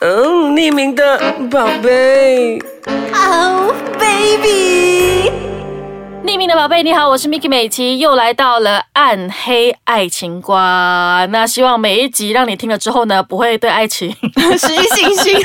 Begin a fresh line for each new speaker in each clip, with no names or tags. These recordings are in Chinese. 嗯，匿名的宝贝。
Oh baby，
匿名的宝贝，你好，我是 Miki 美琪，又来到了暗黑爱情观。那希望每一集让你听了之后呢，不会对爱情
失去信 心。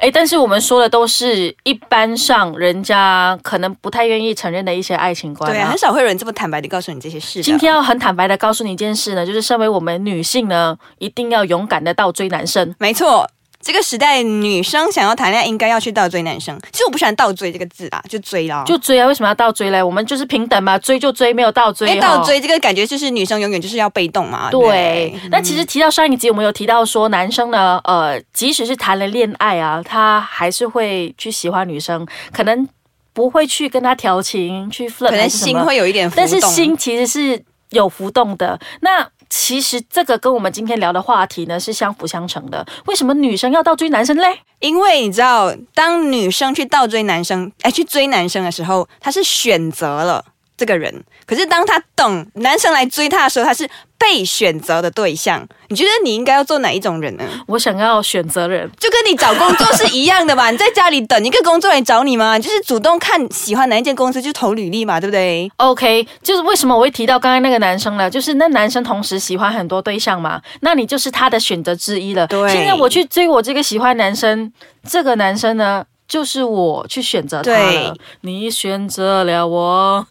哎，但是我们说的都是一般上人家可能不太愿意承认的一些爱情观、
对啊，很少会有人这么坦白的告诉你这些事的。
今天要很坦白的告诉你一件事呢，就是身为我们女性呢，一定要勇敢的倒追男生。
没错，这个时代女生想要谈恋爱，应该要去倒追男生。其实我不喜欢“倒追”这个字啦，就追啦。
就追啊！为什么要倒追嘞？我们就是平等嘛，追就追，没有倒追、
因
哦。
为哎倒追这个感觉就是女生永远就是要被动嘛。不
对，
欸
那其
嗯
实提到上一集，我们有提到说，男生呢，呃，即使是谈了恋爱啊，他还是会去喜欢女生，可能不会去跟她调情，去 flirt，
可能
还是什
心
么
会有一点浮动，
但是心其实是有浮动的。那其实这个跟我们今天聊的话题呢是相辅相成的。为什么女生要倒追男生嘞？
因为你知道，当女生去倒追男生，哎，去追男生的时候，她是选择了这个人。可是当她等男生来追她的时候，她是被选择的对象。你觉得你应该要做哪一种人呢？
我想要选择人，
就跟你找工作是一样的嘛，你 在家里等一个工作来找你嘛，你就是主动看喜欢哪一间公司就投履历嘛，对不对？
OK，就是为什么我会提到刚才那个男生呢？就是那男生同时喜欢很多对象嘛，那你就是他的选择之一了。
对
现在我去追我这个喜欢男生，这个男生呢，就是我去选择他了
对。
你选择了我，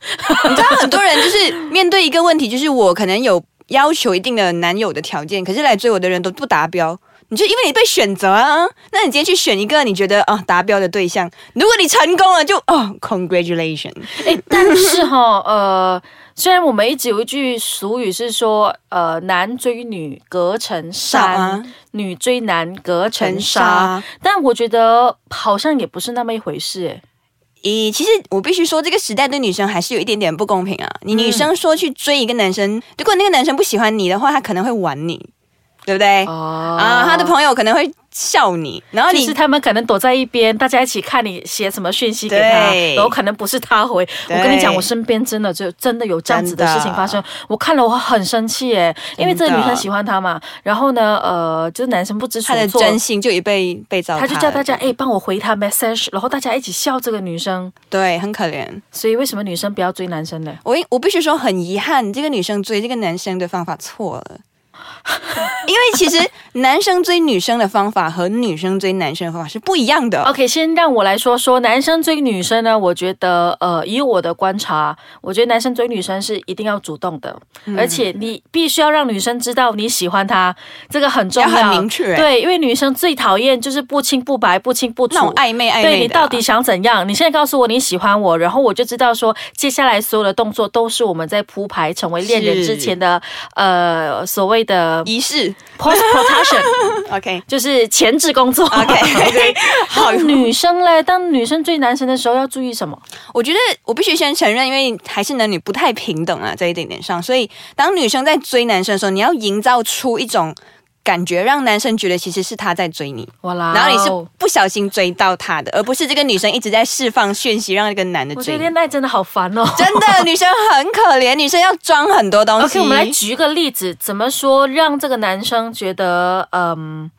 你知道很多人就是面对一个问题，就是我可能有要求一定的男友的条件，可是来追我的人都不达标。你就因为你被选择啊，那你今天去选一个你觉得啊、达标的对象，如果你成功了就哦，congratulation，
哎，但是哈， 呃，虽然我们一直有一句俗语是说，呃，男追女隔层
少
山
啊，，
女追男隔层
成
纱，
沙。
但我觉得好像也不是那么一回事、诶
咦，其实我必须说，这个时代对女生还是有一点点不公平啊。
嗯
你女生说去追一个男生，如果那个男生不喜欢你的话，他可能会玩你，对不对？
哦
啊，他的朋友可能会笑你，然后
就
你
啊是他们可能躲在一边，大家一起看你写什么讯息给他，
对
然后可能不是他回。我
对
跟你讲，我身边真的就真的有这样子的
真
事
的
情发生，我看了我很生气耶，因为这个女生喜欢他嘛，然后呢，呃，就是男生不知
他
所
的
措。
真心就已被被糟蹋
他
了，
就叫大家哎，帮我回他 message，然后大家一起笑这个女生。
对，很可怜。
所以为什么女生不要追男生呢？
我我必须说很遗憾，这个女生追这个男生的方法错 了，因为其实男生追女生的方法和女生追男生的方法是不一样的。
OK，先让我来说说男生追女生呢，我觉得呃，以我的观察，我觉得男生追女生是一定要主动的，
嗯
而且你必须要让女生知道你喜欢她，这个很重要，
要很明确
对，因为女生最讨厌就是不清不白、不清不楚
那种暧昧暧昧的啊
对你到底想怎样？你现在告诉我你喜欢我，然后我就知道说，接下来所有的动作都是我们在铺排成为恋人
是
之前的呃所谓的
仪 式
post protection，
，OK
就是前置工作。
OK OK，好
当女生嘞，当女生追男生的时候要注意什么？
我觉得我必须先承认，因为还是男女不太平等啊，在一点点上，所以当女生在追男生的时候，你要营造出一种感觉，让男生觉得其实是他在追你，
哇啦哦！
然后你是不小心追到他的，而不是这个女生一直在释放讯息让这个男的
我觉
追
得
你。
恋爱真的好烦哦。
真的，女生很可怜，女生要装很多东西。
OK，我们来举个例子，怎么说让这个男生觉得嗯，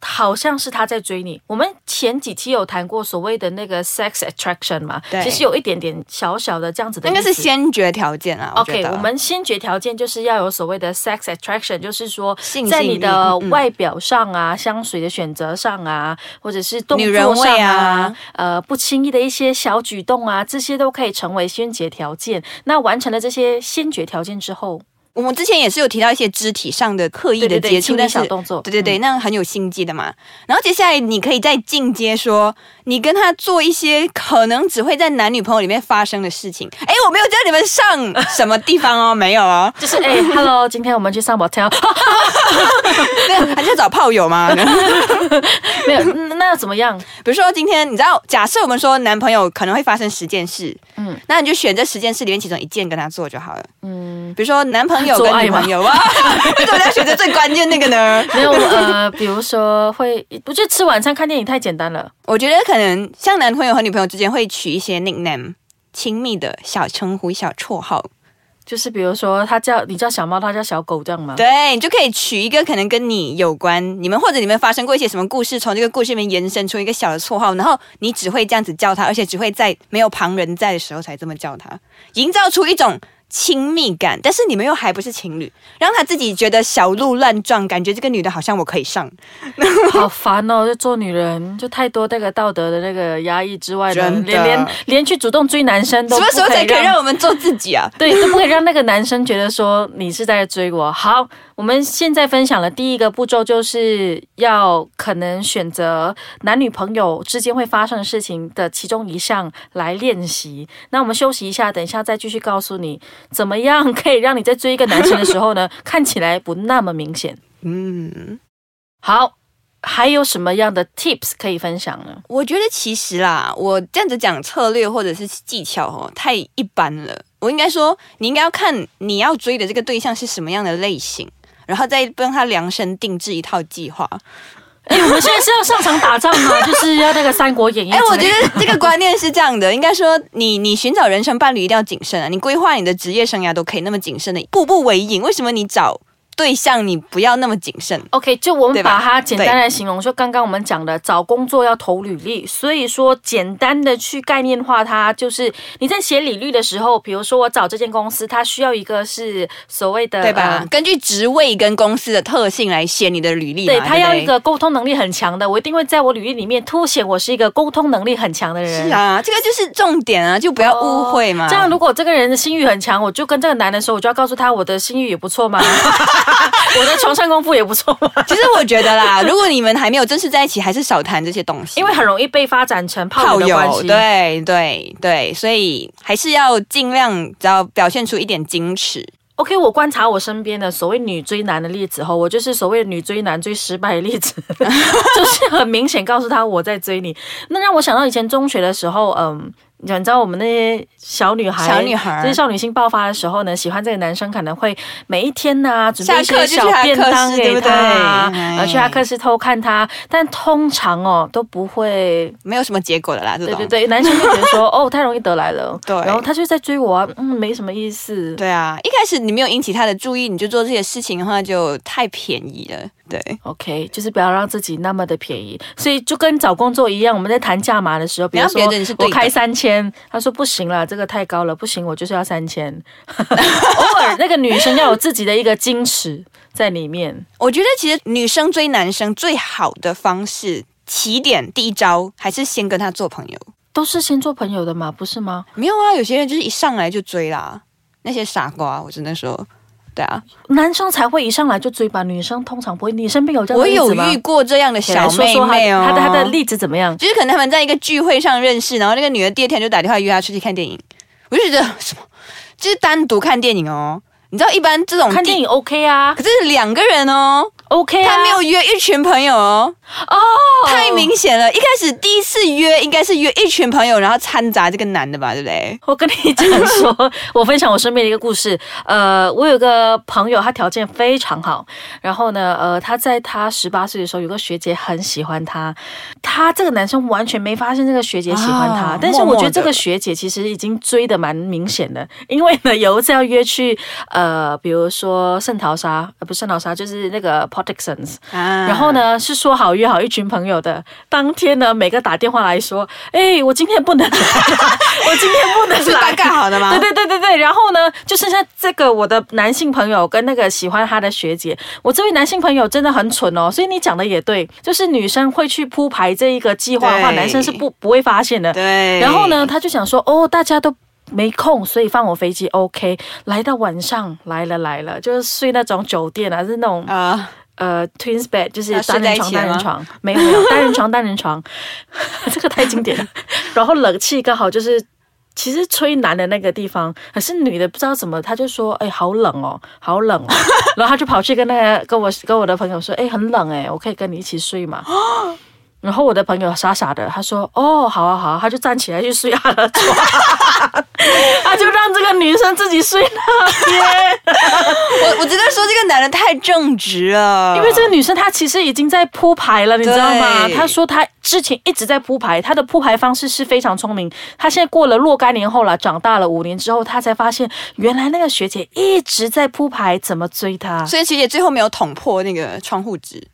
好像是他在追你？我们前几期有谈过所谓的那个 sex attraction 嘛，
对
其实有一点点小小的这样子的
那
意思，
个是先决条件啊。觉
OK，
得
我们先决条件就是要有所谓的 sex attraction，就是说
性
在
吸
你
引力
的
嗯
外表上啊、香水的选择上啊，或者是动
女人
作上
味
啊
啊，
呃，不轻易的一些小举动啊，这些都可以成为先决条件。那完成了这些先决条件之后，
我们之前也是有提到一些肢体上的刻意
对
的
对对，
接触，
轻微
但是
小动作，
对对对，
嗯。
那很有心机的嘛。然后接下来你可以再进阶说，你跟他做一些可能只会在男女朋友里面发生的事情。哎，我没有叫你们上什么地方哦，没有哦，
就是哎、h e l l o 今天我们去上 motel，
那还是要找炮友 嘛。
没有，那那要怎么样？
比如说今天，你知道，假设我们说男朋友可能会发生十件事，
嗯
嗯，那你就选这十件事里面其中一件跟他做就好了。
嗯，
比如说男朋友
做爱
跟女朋友啊， 为什么要选择最关键那个呢？
没有，呃，比如说会，我觉得吃晚餐看电影太简单了。
我觉得可能像男朋友和女朋友之间会取一些 nickname，亲密的小称呼、小绰号。
就是比如说他叫你叫小猫，他叫小狗这样吗？
对你就可以取一个可能跟你有关，你们或者你们发生过一些什么故事，从这个故事里面延伸出一个小的绰号，然后你只会这样子叫他，而且只会在没有旁人在的时候才这么叫他，营造出一种亲密感。但是你们又还不是情侣，让他自己觉得小鹿乱撞，感觉这个女的好像我可以上，
好烦哦！就做女人，就太多那个道德的那个压抑之外呢，
真的
连连连去主动追男生都
什么时候
不
才可以让
让
我们做自己啊？
对，都不可以让那个男生觉得说你是在追我。好，我们现在分享的第一个步骤就是要可能选择男女朋友之间会发生的事情的其中一项来练习。那我们休息一下，等一下再继续告诉你怎么样可以让你在追一个男生的时候呢，看起来不那么明显。
嗯，
好，还有什么样的 tips 可以分享呢？
我觉得其实啦，我这样子讲策略或者是技巧哦，太一般了。我应该说，你应该要看你要追的这个对象是什么样的类型，然后再帮他量身定制一套计划。
哎，我们现在是要上场打仗 吗？就是要那个《三国演义》？
哎，我 觉得这个观念是这样的，应该说你你寻找人生伴侣一定要谨慎啊，你规划你的职业生涯都可以那么谨慎的，步步为营。为什么你找对象你不要那么谨慎？
OK，就我们
对吧
把它简单来形容，就刚刚我们讲的，找工作要投履历，所以说简单的去概念化它，就是你在写履历的时候，比如说我找这间公司，它需要一个是所谓的
对吧？
呃
根据职位跟公司的特性来写你的履历嘛，
对
不
他要一个沟通能力很强的，我一定会在我履历里面凸显我是一个沟通能力很强的人。
是啊，这个就是重点啊，就不要误会嘛。
哦这样，如果这个人的性欲很强，我就跟这个男的说，我就要告诉他我的性欲也不错 嘛，我的床上功夫也不错嘛，
其实我觉 得啦，如果你们还没有正式在一起，还是少谈这些东西，
因为很容易被发展成炮
炮
友的关
友，
系。
对对对，所以还是要尽量只要表现出一点矜持。
OK，我观察我身边的所谓女追男的例子后，我就是所谓女追男最失败的例子， 就是很明显告诉他我在追你。那让我想到以前中学的时候，嗯。你知道我们那些小女孩，
小女孩
就是少女心爆发的时候呢，喜欢这个男生可能会每一天呐、准备
下
一
课
些
就
小
去他
便
课
当
室对
给
不对
他啊，然后去他
哎
课室偷看他，但通常哦都不会
没有什么结果的啦，这
对
种
对对，男生就觉得说哦太容易得来了，
对
然后他就在追我啊，嗯没什么意思，
对啊！一开始你没有引起他的注意，你就做这些事情的话，就太便宜了。对，
OK，就是不要让自己那么的便宜，所以就跟找工作一样，我们在谈价码的时候，比如
你要
说
觉得你是对
我
的
开三千，他说不行了，这个太高了，不行，我就是要三 千。偶尔那个女生要有自己的一个矜持在里面，
我觉得其实女生追男生最好的方式，起点第一招还是先跟他做朋友。
都是先做朋友的嘛，不是吗？
没有啊，有些人就是一上来就追啦，那些傻瓜，我只能说，对啊，
男生才会一上来就追吧，女生通常不会。女生病有这样
我
的例子
有
吗
遇过这样的
来
小
说
妹
说她
妹哦，
她的她的例子怎么样？
就是可能他们在一个聚会上认识，然后那个女的第二天就打电话约她出去看电影，我就觉得什么，就是单独看电影哦，你知道一般这种
看电
地。
影 OK 啊
可是两个人哦，
，OK 啊，
他没有约一群朋友哦，
哦，
太明显了。一开始第一次约应该是约一群朋友，然后掺杂这个男的吧，对不对？
我跟你讲说，我分享我身边的一个故事。呃，我有个朋友，他条件非常好，然后呢，呃，他在他十八岁的时候，有个学姐很喜欢他，他这个男生完全没发现这个学姐喜欢他，
啊
但是我觉
默
得
默地
这个学姐其实已经追的蛮明显的，因为呢，有一次要约去，呃，比如说圣淘沙，呃，不是圣淘沙，就是那个 Portixons，
啊
然后？呢，是说好约好一群朋友的。当天呢，每个打电话来说：“哎、我今天不能来， 我今天不能
是大
来。”
概好的吗？
对对对对对，然后呢，就剩下这个我的男性朋友跟那个喜欢他的学姐。我这位男性朋友真的很蠢哦，所以你讲的也对，就是女生会去铺排这一个计划的话，
对
男生是不不会发现的。
对。
然后呢，他就想说，哦，大家都没空，所以放我飞机，OK。来到晚上，来了来了，就是睡那种酒店啊，是那种
啊、
呃，twins bed 就是
要
单
睡在
人
一
床，
起了
单人
吗
床，没有没有单人床，单人床， 这个太经典了。 然后冷气刚好就是，其实吹男的那个地方，可是女的不知道怎么，她就说，哎，好冷哦，好冷哦。 然后她就跑去跟那个跟我跟我的朋友说，哎，很冷哎，我可以跟你一起睡嘛。 然后我的朋友傻傻的，他说：“哦，好啊，好啊。”他就站起来去睡他的床， 他就让这个女生自己睡那边。
我我只能说这个男的太正直了，
因为这个女生她其实已经在铺排了，你知道吗？
对
她说她之前一直在铺排，她的铺排方式是非常聪明。她现在过了若干年后了，长大了五年之后，她才发现原来那个学姐一直在铺排怎么追她。
所以学姐最后没有捅破那个窗户纸。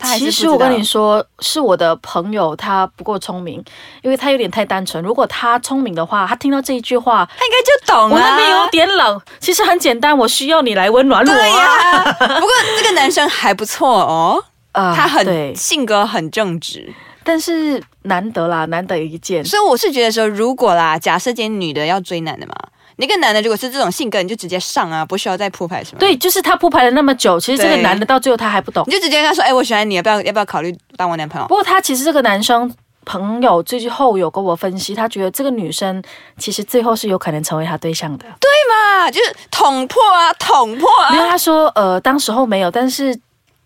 她还是
其
不知
实
道
我跟你，说，是我的朋友她不够聪明，因为她有点太单纯。如果她聪明的话，她听到这一句话，啊
她应该就懂了、啊
我那边有点冷，其实很简单，我需要你来温暖我
对
啊。
呀、不过这个男生还不错哦，
啊
他
对
很，性格很正直，
但是难得啦，难得一见。
所以我是觉得说，如果啦，假设今天女的要追男的嘛，那个男的如果是这种性格，你就直接上啊，不需要再铺排什么。
对，就是他铺排了那么久，其实这个
对
男的到最后他还不懂。
你就直接跟他说，哎、我喜欢你，要不要要不要考虑当我男朋友
不？过他其实这个男生朋友最后有跟我分析，他觉得这个女生其实最后是有可能成为他对象的。对，
啊，就是捅破啊，捅破啊
没，有，他说呃，当时候没有，但是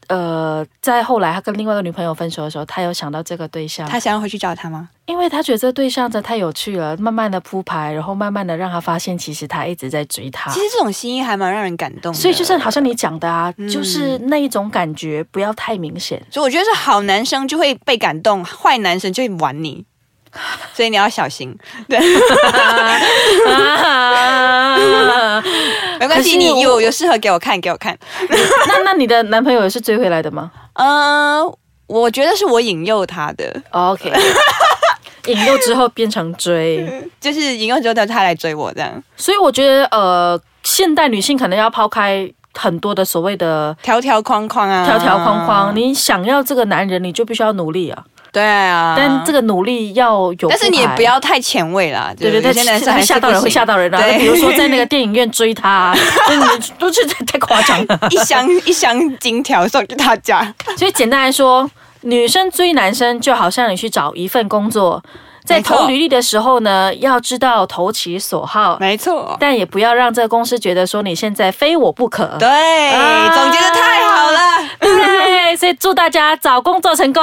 呃，在后来他跟另外一个女朋友分手的时候，他有想到这个对象，
他想要回去找他吗？
因为他觉得这个对象真的太有趣了，慢慢的铺排，然后慢慢的让他发现，其实他一直在追他
其。实这种心意还蛮让人感动的，
啊所以就是好像你讲的啊，
嗯
就是那一种感觉，不要太明显。
所以我觉得是好男生就会被感动，坏男生就会玩 你，所以你要小心。对，没
可
关
是
系，你
我
有有适合给我看，给我看。
那那你的男朋友也是追回来的吗
嗯、我觉得是我引诱他的，
？OK，引诱之后变成追，
就是引诱之后他来追我这样，
所以我觉得呃，现代女性可能要抛开很多的所谓的
条条框框啊，
条条框框，。你想要这个男人，你就必须要努力啊，
对啊，
但这
个，
个努力要有，
但是你也不。要太前卫啦，
对对
对，
对，
有些男生还
会
是
吓到人，
不
会
行
吓到人啊！
对
比如说在那个电影院追他啊，真的都是太太夸张了。
一箱一箱金条送给大家，
所以简单来说，女生追男生就好像你去找一份工作，在
没错
投履历的时候呢，要知道投其所好，
没错，
但也不要让这个公司觉得说你现在非我不可。
对，
啊
总结的太好了。
对，所以祝大家找工作成功。